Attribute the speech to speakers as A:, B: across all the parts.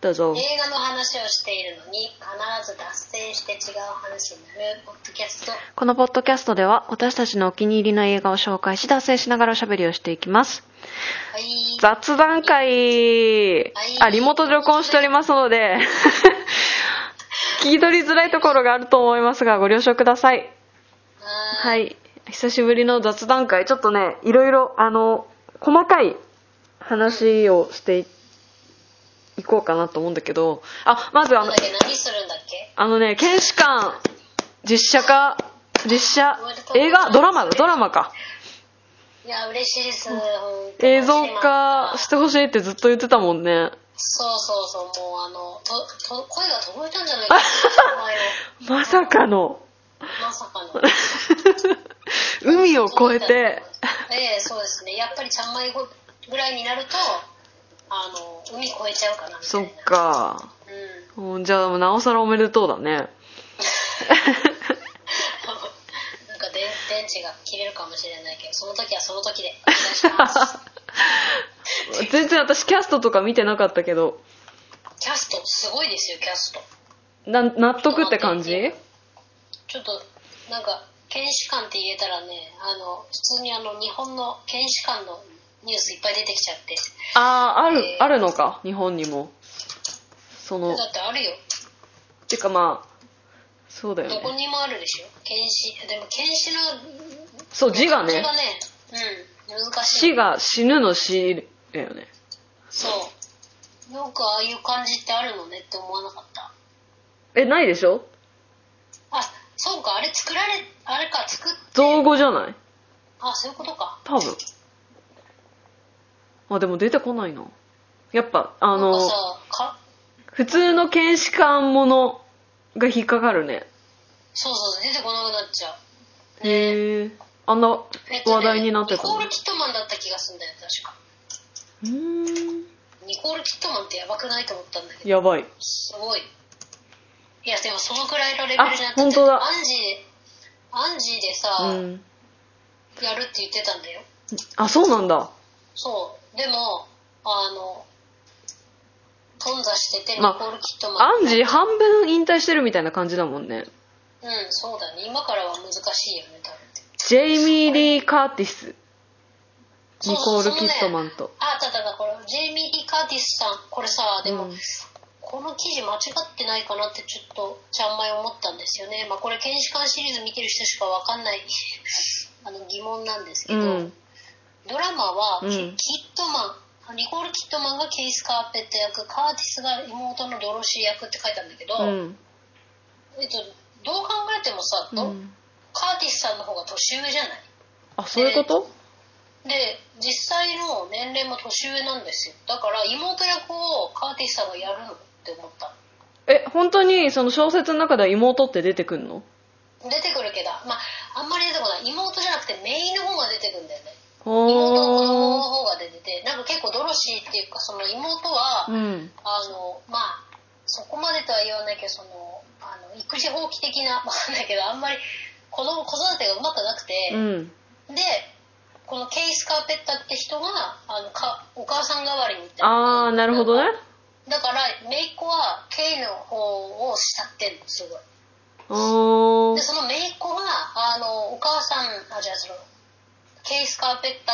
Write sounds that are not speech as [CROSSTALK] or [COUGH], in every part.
A: どうぞ。
B: 映画の話をしているのに必ず脱線して違う話になるポッドキャスト
A: このポッドキャストでは私たちのお気に入りの映画を紹介し脱線しながらおしゃべりをしていきます。
B: はい
A: 雑談会、あ、リモートで録音しておりますので、 [LAUGHS] 聞き取りづらいところがあると思いますがご了承ください。
B: は
A: はいい。久しぶりの雑談会、ちょっとね、いろいろ、あの、細かい話をしていいこうかなと思うんだけど、あ、まずあ
B: なん
A: の
B: だっ、け何するんだっけ
A: あのね、検視官、実写化、実写、映画、ドラマだ、ドラマか。
B: いや嬉しいです本当に
A: 映像化してほしいってずっと言ってたもんね。
B: そうそうそうもうあのとと声が届いたんじゃないかな
A: まさかの、
B: まさかの
A: 海を越えて、
B: ええそうですねやっぱりちゃんまいごぐらいになるとあの海越えちゃうかなみた
A: そ
B: いな
A: っか。
B: うん
A: うんじゃあ、なおさらおめでとうだね。
B: なんか電電池が切れるかもしれないけどその時はその
A: [LAUGHS]
B: 時でお願いします
A: 全然私キャストとか見てなかったけど、
B: キャストすごいですよキャスト
A: な納得って感じ
B: ちょっとなんか検視官って入れたらねあの普通にあの日本の検視官のニュースいっぱい出てきちゃって
A: ああ、ある
B: え、ー
A: あるのか、日本にも。その、
B: だってあるよ
A: てかまあ、そうだよ
B: どこ
A: ね。
B: にもあるでしょ検視でも検視の
A: そう、字がね
B: 字、うん難しい
A: 死が死ぬの死だよね。
B: そうよくああいう感じってあるのねって思わなかった
A: え、ないでしょ
B: あそうかあれ作られあれか作っ
A: 造語じゃない
B: あそういうことか
A: 多分。あ、でも出てこないな。やっぱ、あ
B: あの
A: の、
B: なんかさか
A: 普通の検視官ものが引っかかるね。
B: そうそう出てこなくなっちゃう
A: へえ。あんな
B: えっとね
A: 話題になってた
B: ニコ
A: の
B: ール・キットマンだった気がするんだよ確か
A: うーん。
B: ニコール・キットマンってやばくないと思ったんだけど
A: やばい。
B: すごいいやでもそのくらいのレベルになって
A: あ本当だ
B: アンジーアンジーでさ、
A: うん。
B: やるって言ってたんだよ
A: あ、そうなんだ。
B: そうでもあの頓挫しててニコ
A: まあ
B: ール・キットマン、
A: アンジー半分引退してるみたいな感じだもんね。
B: うんそうだね今からは難しいよね多分
A: ジェイミー・リー・カーティス。
B: そ
A: ニ
B: うそ
A: コ
B: う
A: ール・キットマン
B: そ
A: と
B: のね。あただだこれジェイミー・リー・カーティスさんこれさでも、
A: うん
B: この記事間違ってないかなってちょっとちゃんまい思ったんですよねまあこれ検視官シリーズ見てる人しかわかんない [LAUGHS] あの疑問なんですけ
A: う
B: ど、
A: ん。
B: ドラマは、
A: うん
B: キットマンニコール・キットマンがケイス・カーペット役カーティスが妹のドロシー役って書いてあるんだけど、
A: うん。
B: えっと、どう考えてもさ、
A: う
B: ど
A: ん
B: カーティスさんの方が年上じゃない
A: あ、そういうこと
B: で実際の年齢も年上なんですよだから妹役をカーティスさんがやるのって思った
A: え、本当にその小説の中では妹って出てくんの
B: 出てくるけどまああんまり出てこない妹じゃなくてメインの方が出てくるんだよね妹の子供の
A: ほ
B: 方が出ててなんか結構ドロシーっていうかその妹は、
A: ー。うん。
B: あのまあそこまでとは言わないけどそのあの育児放棄的なま [LAUGHS] あだけどあんまり子供子育てがうまくなくて、
A: うん。
B: でこのケイス・カーペッタって人があのかお母さん代わりにって
A: あー、なるほどね。
B: だから姪っ子はケイの方を慕ってんのすごい
A: お
B: で
A: ー。
B: その姪っ子はあのお母さんあじゃあそのケイス・カーペッタ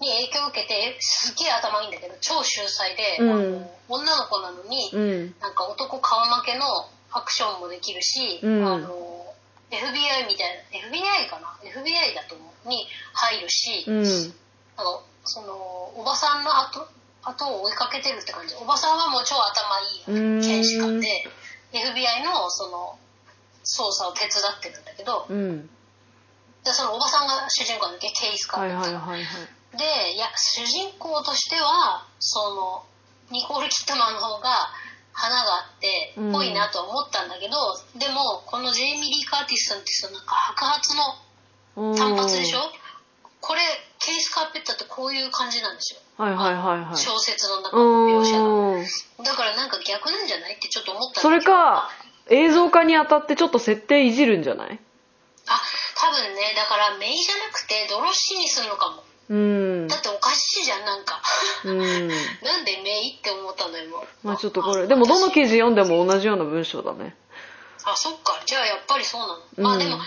B: ーに影響を受けてすっげえ頭いいんだけど超秀才で、
A: うん
B: あの女の子なのに、
A: うん。
B: なんか男顔負けのアクションもできるし、
A: うん
B: あの FBI みたいな FBI かな FBI だと思うに入るし、
A: うん。
B: あのそのおばさんの後後を追いかけてるって感じおばさんはもう超頭いい検視官で FBI のその捜査を手伝ってるんだけど
A: うん。
B: でそのおばさんが主人公なんだっけケイスか、
A: はいはいはいはい。
B: でいや主人公としてはそのニコール・キットマンの方が花があって
A: うん
B: ぽいなとは思ったんだけど、でもこのジェイミリー・カーティスさんってそのなんか白髪の
A: お
B: 単発でしょ
A: ー。
B: これケイス・カーペッターってこういう感じなんですよ、
A: はいはいはいはい。
B: 小説の中の描写が
A: うーん。
B: だからなんか逆なんじゃないってちょっと思ったんだ
A: それ
B: けど
A: か、映像化にあたってちょっと設定いじるんじゃない
B: あ多分ねだからメイじゃなくてドロシーにするのかも
A: うん
B: だ。っておかしいじゃんなんか
A: うん。
B: なんでメイって思っったんだ今
A: まあちょっとこれでもどの記
B: 事
A: 事読んでも同じような文章だね
B: あそっかじゃあやっぱりそうなの、
A: うん
B: まあでも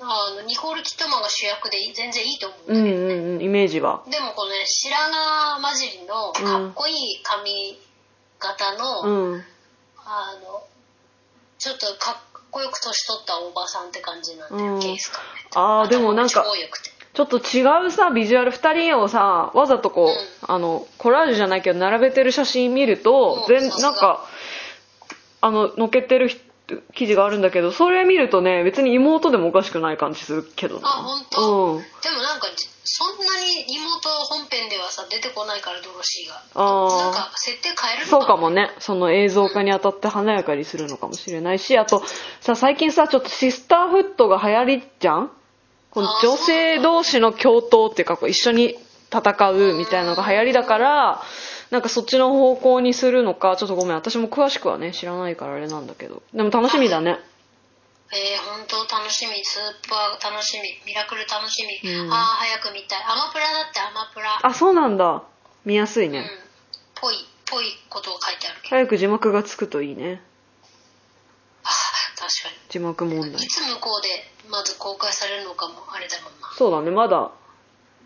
B: あのニコール・キットマンが主役で全然いいと思う
A: うん
B: だ
A: ん
B: けど、
A: うんうんイメージは
B: でもこのね白髪混じりのかっこいい髪型の、
A: うん
B: あのちょっとかっこよく年取ったおばさんって感じなんだよ、
A: うん
B: ケースがね
A: ああでもなんか
B: 頭が超良くて
A: ちょっと違うさビジュアル2人をさわざとこう、あのコラージュじゃないけど並べてる写真見ると、
B: うん
A: 全
B: さすが
A: なんかあののっけてるひ記事があるんだけどそれ見るとね別に妹でもおかしくない感じするけどな
B: あ本当
A: うん
B: でもなんかじそんなに妹本編ではさ出てこないからドロシーが
A: あー
B: なんか設定変えるの
A: そうかもねその映像化にあたって華やかにするのかもしれないしあとさ最近さちょっとシスターフットが流行りじゃんこの
B: あー
A: 女性同士の共闘っていうかこう一緒に戦うみたいなのが流行りだからなんかそっちの方向にするのかちょっとごめん私も詳しくはね知らないからあれなんだけどでも楽しみだね
B: えー、本当楽しみスーパー楽しみミラクル楽しみ、
A: うん
B: ああ早く見たいアマプラだってアマプラ
A: あそうなんだ見やすい
B: うん
A: ね
B: ぽいぽいことが書いてあるけど
A: 早く字幕がつくといいね
B: あー確かに
A: 字幕問題
B: いつ向こうでまず公開されるのかもあれだもんな
A: そうだねまだ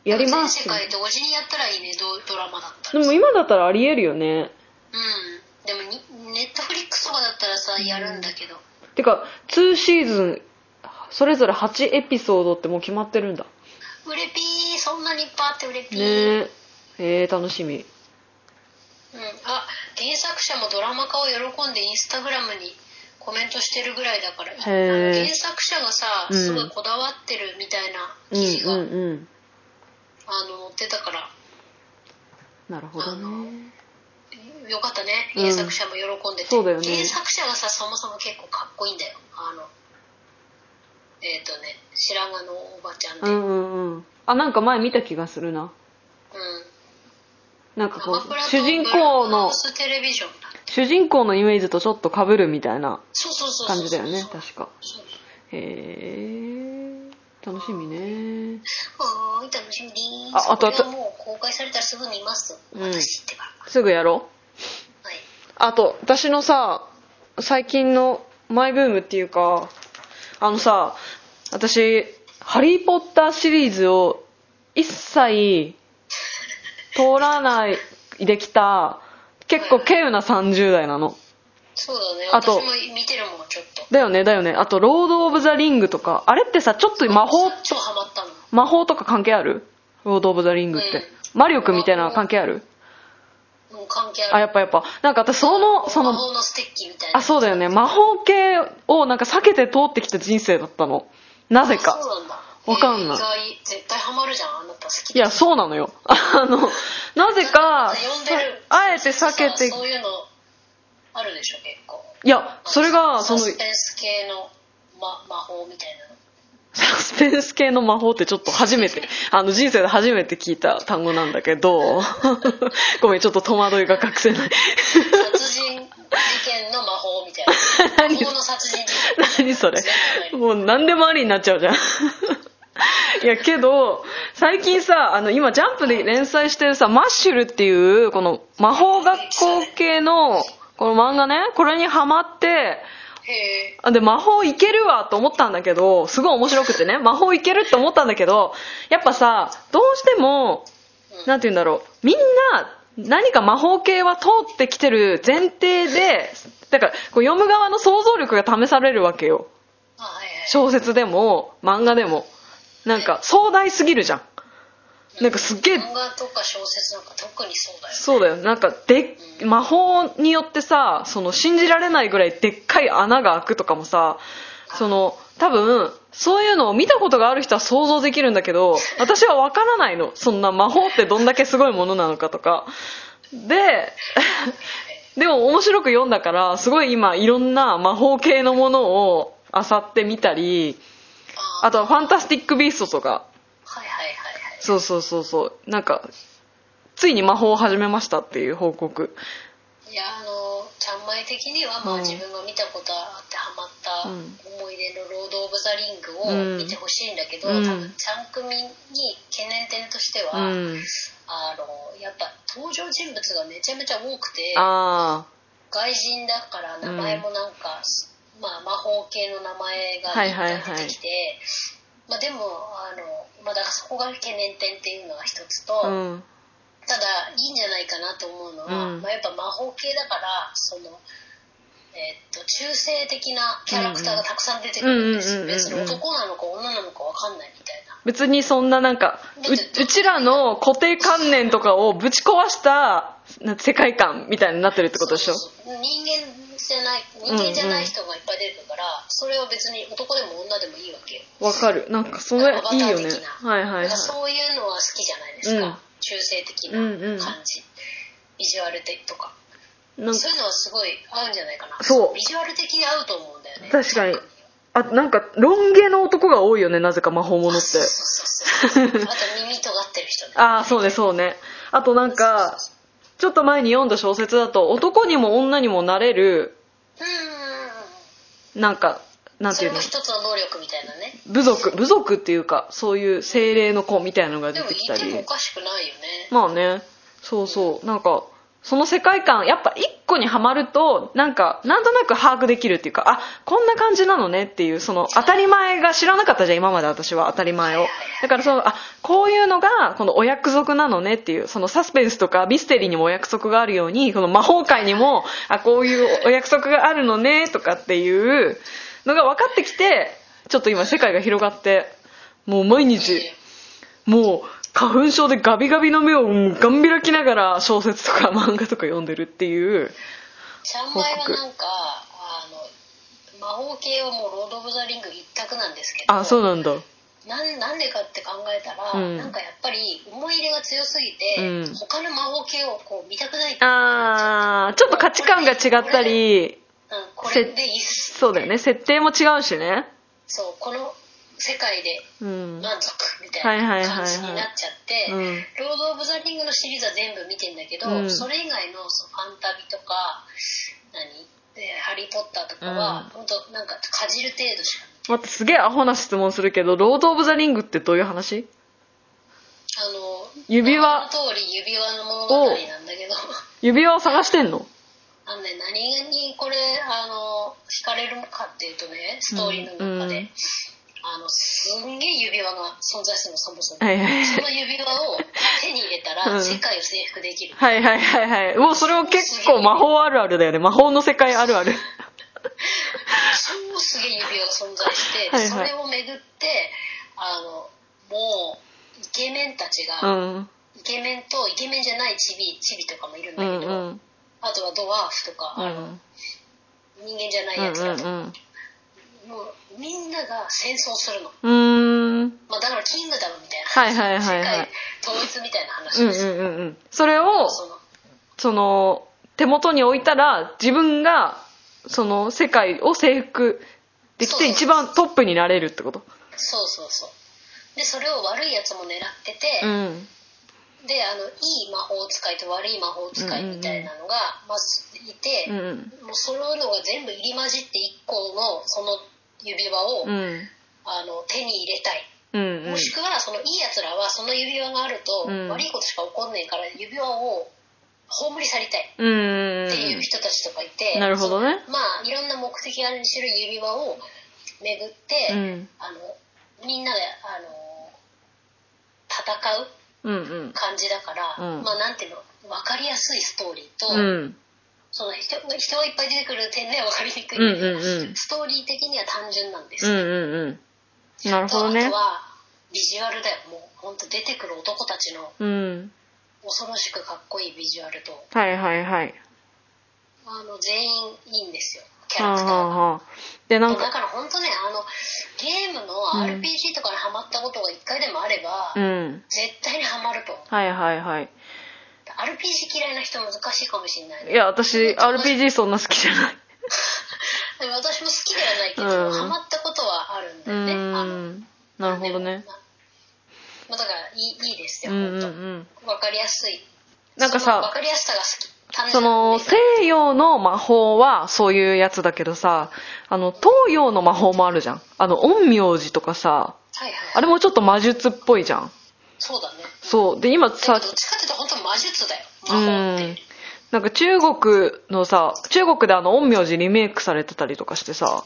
A: やりま
B: 全
A: す
B: 世界同時にやったらいいねドドラマだった
A: で
B: ら
A: も今だったらありえるよね
B: うんでもにネットフリックスとかだったらさやるんだけど、
A: てか2シーズンそれぞれ8エピソードってもう決まってるんだ
B: うれぴーそんなにいっぱいあってうれぴー、
A: ねええー、楽しみ
B: うん、あ原作者もドラマ化を喜んでインスタグラムにコメントしてるぐらいだからあの原作者がさ
A: うん
B: すごいこだわってるみたいな
A: うん
B: 記事が、
A: うんうん
B: あの載ってたから
A: なるほどね
B: よかったね
A: うん
B: 原作者も喜んでて、
A: そうだよね
B: 原作者がさそもそも結構かっこいいんだよあのえっ、とね白髪のおばちゃん
A: う
B: で、うん
A: んうんうんあなんか前見た気がするななんか
B: ア
A: こう
B: マプラと
A: 主人公
B: ブラウ
A: の
B: ステレビジョンだ
A: 主人公のイメージとちょっと被るみたいな
B: そうそうそうそう
A: 感じだよね
B: そう
A: 確か
B: そう
A: へえ楽しみね
B: はーい、楽しみでーす。
A: ああとあと
B: これはもう公開されたらすぐ見ます。
A: うん
B: 私ってから。
A: すぐやろう
B: はい。
A: あと私のさ最近のマイブームっていうかあのさ私「ハリー・ポッター」シリーズを一切通らないできた結構稀有な30代なの
B: そうだね。
A: あと
B: 私も見てるもん、ちょっと。
A: だよねだよねあと「ロード・オブ・ザ・リング」とかあれってさちょっと魔法
B: 超ハマったの。
A: 魔法とか関係あるロード・オブ・ザ・リングって、魔力みたいなの関係ある
B: もう関係
A: あ
B: ある。
A: やっぱやっぱなんか私そのその
B: 魔法のステッキみたいな。
A: あそうだよね魔法系をなんか避けて通ってきた人生だったのなぜ
B: あ
A: か
B: そうなんだ。
A: わかんない
B: えー意外、絶対ハマるじゃん、あなた好き
A: いやそうなのよあのなぜか
B: 呼んでる。
A: あえて避けて
B: そういうの、あるでしょ、結構。
A: いやそれがその
B: サスペンス系の、ま、魔法みたいなの。
A: サスペンス系の魔法ってちょっと初めて、あの人生で初めて聞いた単語なんだけど、 [LAUGHS] ごめん、ちょっと戸惑いが隠せない。 [LAUGHS]
B: 殺人事件の魔法みたいな。魔法の殺人事件。
A: 何それもう何でもありになっちゃうじゃんいやけど最近さあの今「ジャンプ」で連載してるさ「マッシュル」っていうこの魔法学校系のこの漫画ねこれにハマって
B: へえ。
A: あで魔法いけるわと思ったんだけどすごい面白くてね魔法いけるって思ったんだけどやっぱさどうしてもなんて言うんだろうみんな何か魔法系は通ってきてる前提でだからこう読む側の想像力が試されるわけよ
B: あ、はいはい。
A: 小説でも漫画でもなんか壮大すぎるじゃんなんかすっげえ
B: 漫画とか小説なんか特にそうだよ
A: そうだよなんかで魔法によってさその信じられないぐらいでっかい穴が開くとかもさその多分そういうのを見たことがある人は想像できるんだけど私は分からないのそんな魔法ってどんだけすごいものなのかとかで [LAUGHS] でも面白く読んだからすごい今いろんな魔法系のものを漁ってみたり
B: あ
A: あとは「ファンタスティック・ビースト」とか
B: はいはいはいはい
A: そうそうそうそうなんかついに魔法を始めましたっていう報告
B: いやあのちゃんまい的にはまあ
A: うん
B: 自分が見たことあってハマった
A: う
B: 思
A: ん
B: い出の「ロード・オブ・ブ・ザ・リング」を見てほしいんだけど、
A: うん
B: 多分3組に懸念点としては、
A: うん
B: あのやっぱ登場人物がめちゃめちゃ多くて
A: あ
B: 外人だから名前もなんか、まあ、魔法系の名前が
A: はいい
B: っ
A: は
B: ぱ
A: い
B: い
A: はい
B: 出てきて、まあ、でもあの、まあ、だからそこが懸念点っていうのが一つと、
A: あうん
B: ただいいんじゃないかなと思うのは、
A: うん
B: まあ、やっぱ魔法系だからその、えーっと中性的なキャラクターがたくさん出てくるんです
A: うんうん
B: よ別に
A: うんうんうん
B: 男なのか女なのかわかんないみたいな。
A: 別にそんななんかううちらの固定観念とかをぶち壊したな世界観みたいになってるってことでしょ
B: そうそうそう人間じゃない人間じゃない人がいっぱい出てくるから、それを別に男でも女でもいいわけよ
A: わかるなんかそれ
B: アバタ
A: いい
B: ー
A: よ
B: 的
A: ね
B: な
A: はいはいはい
B: だからそういうのは好きじゃないですか、
A: うん
B: 中性的な感じ、ビジュアル的とか
A: なんか
B: そういうのはすごい合うんじゃないかな
A: そう
B: ビジュアル的に合うと思うんだよね
A: 確かに
B: 特
A: あなんかロン毛の男が多いよねなぜか魔法物っ
B: そう
A: て
B: そうそうそうあと耳尖ってる人ね
A: ああそうねそうねあとなんかちょっと前に読んだ小説だと男にも女にもなれる
B: うんうん
A: なんか
B: う
A: なんん
B: そ
A: てい
B: れ
A: う
B: も
A: の
B: 一つの能力みたいなね
A: 部族部族っていうかそういう精霊の子みたいなのが
B: で
A: 出
B: も
A: て
B: い
A: きた
B: て
A: り
B: もおかしくないよね
A: まあねそうそうなんかその世界観やっぱ一個にはまるとなんかなんとなく把握できるっていうかあこんな感じなのねっていうその当たり前が知らなかったじゃん今まで私は当たり前をだからそのあこういうのがこのお約束なのねっていうそのサスペンスとかミステリーにもお約束があるようにこの魔法界にもあこういうおお約束があるのねとかっていうのが分かってきてちょっと今世界が広がってもう毎日もう花粉症でガビガビの目をうんガン開きながら小説とか漫画とか読んでるっていう
B: ちゃんまいはなんかあの魔法系はもうロード・オブ・ザ・リング一択なんですけど
A: あそうなんだ
B: なんなんでかって考えたら、
A: うん
B: なんかやっぱり思い入れが強すぎて、
A: うん
B: 他の魔法系をこう見たくない、うん、
A: あーちょっと価値観が違ったり
B: これでいいっす
A: そうだよね設定も違うしね
B: そうこの世界で
A: うん
B: 満足みたい
A: はいはい
B: な
A: はいはい
B: 感じになっちゃって「
A: うん
B: ロード・オブ・ザ・リング」のシリーズは全部見てんだけど、
A: うん
B: それ以外のそのファンタビとか何でハリー・ポッター」とかは、
A: うん
B: ほん、本当なんかかじる程度しか
A: 待ってすげえアホな質問するけど「ロード・オブ・ザ・リング」ってどういう話
B: あの
A: 指輪
B: 名前の通り指輪の物語なんだけど [LAUGHS]
A: 指輪を探してんの
B: あのね何にこれあの惹かれるかっていうとねストーリーの中で、
A: うん
B: あのすんげえ指輪が存在するのそもそも、
A: はいはい
B: その指輪を手に入れた
A: うん
B: ら世界を征服できる、
A: はいはいはいはいもうそれも結構魔法あるあるだよね魔法の世界あるある
B: 超すげえ指輪が存在して
A: はいはい
B: それをめぐってあのもうイケメンたち
A: う
B: が、
A: ん
B: イケメンとイケメンじゃないチビチビとかもいる
A: う
B: んだ
A: ん
B: けど、
A: うん
B: あとはドワーフとか、
A: うんう
B: あの
A: ん
B: 人間じゃない
A: うん
B: やつらとか
A: うん
B: もうみんなが戦争するの、
A: うーん
B: まあ、だからキングダムみたいな
A: はいはいはいはい
B: 世界統一みたいな
A: う
B: 話
A: んう
B: です、
A: んうんうんそれを
B: その
A: その手元に置いたら自分がその世界を征服でき
B: そう
A: て
B: そう
A: 一番トップになれるってこと
B: そうそうそうでそれを悪いやつも狙ってて、
A: うん
B: であのいい魔法使いと悪い魔法使いみたいなのがまずいて、
A: うん
B: もうそういうのが全部入り混じって一個のその指輪を、
A: うん
B: あの手に入れたい
A: うんうん
B: もしくはそのいいやつらはその指輪があると
A: うん
B: 悪いことしか起こんねえから指輪を葬り去りたい
A: うんうん
B: っていう人たちとかいて、
A: なるほどね
B: そのまあいろんな目的あるにしろ指輪を巡って、
A: うん
B: あのみんなであの戦う
A: うんうん
B: 感じだから、
A: うん
B: まあなんていうの分かりやすいストーリーと、
A: うん
B: その人人がいっぱい出てくる点では分かりにくい、
A: うんうんうん
B: ストーリー的には単純なんです
A: う
B: よ、
A: んうんうんなるほど
B: あ
A: ね
B: とはビジュアルだよもう本当出てくる男たちの
A: うん
B: 恐ろしくかっこいいビジュアルと
A: はいはいはい
B: あの全員いいんですよキャ
A: は
B: ラ
A: あ
B: クター
A: は
B: が。
A: あはあでなん
B: だ
A: か
B: から本当ねあのゲームの
A: うん
B: RPG とかにハマったことが一回でもあれば、
A: うん
B: 絶対にハマると思う
A: はいはいはい
B: RPG 嫌いな人難しいかもしれない
A: いや私 RPG そんな好きじゃない
B: でも私も好きではないけど、
A: うん
B: ハマったことはあるんだ
A: う
B: よね、あの
A: んなるほどね
B: でもまあまあだからいいいいです
A: う
B: よ、
A: んうんう
B: 本
A: ん
B: 当わかりやすい
A: なんかさ
B: そのわかりやすさが好き単純
A: その
B: ですね
A: 西洋の魔法はそういうやつだけどさあの東洋の魔法もあるじゃんあの陰陽師とかさ
B: はいはい
A: あれもちょっと魔術っぽいじゃん
B: そうだね
A: そうで今
B: でも
A: さ
B: どっちかっていうと本当魔術だよ
A: う
B: 魔法って
A: んなんか中国のさ中国であの陰陽師リメイクされてたりとかしてさ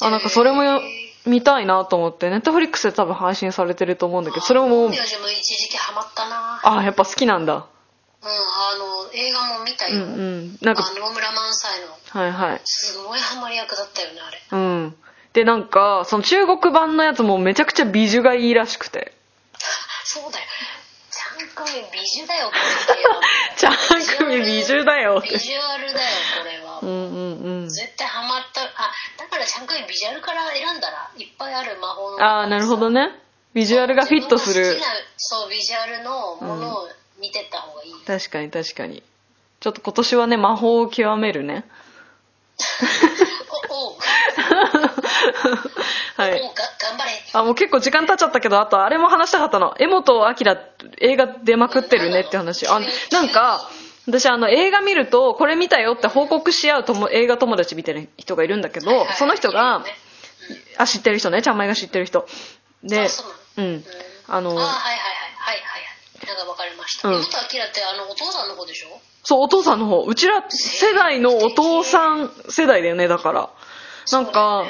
A: あなんかそれもよ見たいなと思ってネットフリックスで多分配信されてると思うんだけどそれも
B: 名字も一時期ハマったな
A: あやっぱ好きなんだ
B: うんあの映画も見た
A: うん
B: よ、
A: うんなんか
B: あの大村萬斎の
A: はいはい
B: すごいハマり役だったよねあれ
A: うんでなんかその中国版のやつもめちゃくちゃ美女がいいらしくて
B: そうだよちゃんくみ美女だよこれ
A: ちゃん組美女だよっ [LAUGHS]
B: ビ
A: て
B: ジュアルだよこれは、
A: うんうんうん
B: 絶対ハマったあだからちゃんくみビジュアルから選んだらいっぱいある魔法の
A: ああなるほどねビジュアルがフィットす
B: 自
A: る
B: 分が好きなそうビジュアルのものを見てった方がいいよ、
A: 確かに確かにちょっと今年はね魔法を極めるね
B: おおう
A: はい
B: おうが頑張れ
A: あ、もう結構時間経っちゃったけど、あとあれも話したかったの。江本明、映画出まくってるねって話。あ、なんか、私あの映画見ると、これ見たよって報告し合うとも映画友達みたいな人がいるんだけど、その人が、あ、知ってる人ね、ちゃんまいが知ってる人。で
B: あそうなの、
A: うん。あ
B: あ
A: の
B: ー、はいはいはいはいはいはいなんか分かりました
A: うん
B: 妹あきらってあのお父さんの子でしょ
A: そう、お父さんの方、うちら世代のお父さん世代だよね、だから。なんか、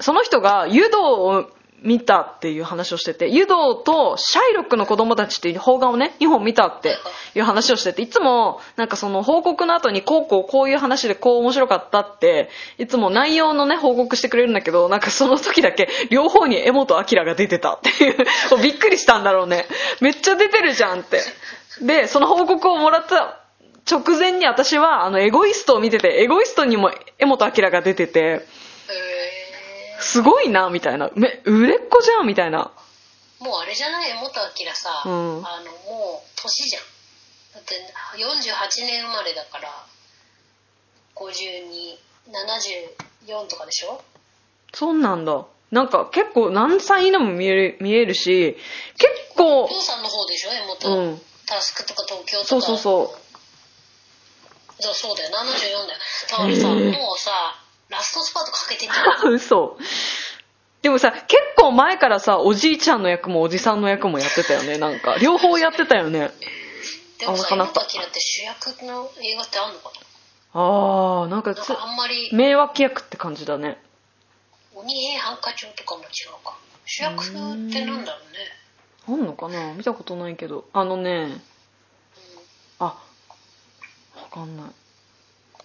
A: その人が湯道を見たっていう話をしてて、湯道とシャイロックの子供たちっていう邦画をね、2本見たっていう話をしてて、いつもなんかその報告の後にこうこうこういう話でこう面白かったって、いつも内容のね、報告してくれるんだけど、なんかその時だけ両方に江本明が出てたっていう、もうびっくりしたんだろうね。めっちゃ出てるじゃんって。で、その報告をもらった直前に私はあのエゴイストを見てて、エゴイストにも江本明が出てて、
B: そうだよねへー
A: すごいな、みたいな。め、売れっ子じゃん、みたいな。
B: もうあれじゃない元あきらさ、
A: うん
B: あのもう年じゃんだって48年生まれだから5274とかでしょ
A: そんなんだ。なんか結構何歳にでも見える、見えるし、結構
B: お、父さんの方でしょ元、
A: うん。
B: タスクとか東京とか
A: そうそうそう
B: だそうだよ74だよだからさ、
A: へえ
B: もうさラストスパートかけてんじゃん
A: う。嘘。でもさ、結構前からさ、おじいちゃんの役もおじさんの役もやってたよね、なんか。両方やってたよね。
B: でも
A: あ
B: さ
A: お腹鳴
B: 今
A: った
B: ときだって主役の映画ってあんのか
A: あー、なんか
B: ななん
A: つ
B: か、あんまり
A: 名脇役って感じだね。
B: 鬼平犯科帳とかも違うか主役ってなんだろうね
A: あんのかな見たことないけど。あのね、あ、わかんない。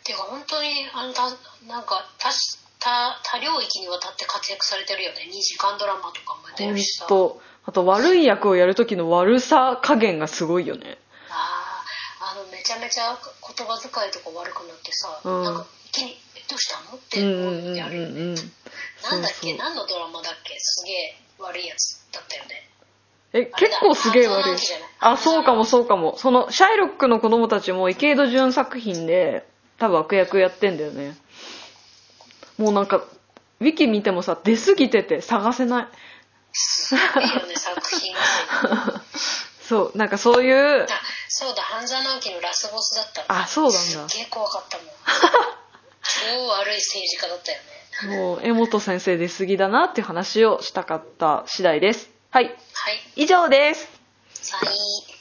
B: ていうか本当にあのたなんか多し多多領域にわたって活躍されてるよね2時間ドラマとかも出
A: ほ
B: る
A: ん
B: しさ
A: と。あと悪い役をやる時の悪さ加減がすごいよね。
B: あーあのめちゃめちゃ言葉遣いとか悪くなってさ、
A: うん
B: なんか一気に「えどうしたの?」って
A: うん
B: 思
A: うんうん
B: う
A: う
B: やるよね
A: んうん。
B: なんだっ
A: そうそ
B: け
A: う
B: 何のドラマだっけすげえ悪いやつだった
A: [LAUGHS]
B: よね
A: え、結構すげえ悪い。あ、そうかもそうかも。その、シャイロックの子供たちも池井戸潤作品で、多分悪役やってんだよね。もうなんか、ウィキ見てもさ、出過ぎてて探せない。
B: すごいよね作品が
A: そう、なんかそういう、
B: あそうだ半沢直樹のラスボスだったの
A: あ、そう
B: す
A: なん
B: っげえ怖かったも
A: [LAUGHS]
B: ん超悪い政治家だったよね
A: だ。もう、江本先生出過ぎだなっていう話をしたかった次第です。はい、
B: はい
A: 以上です。
B: 3位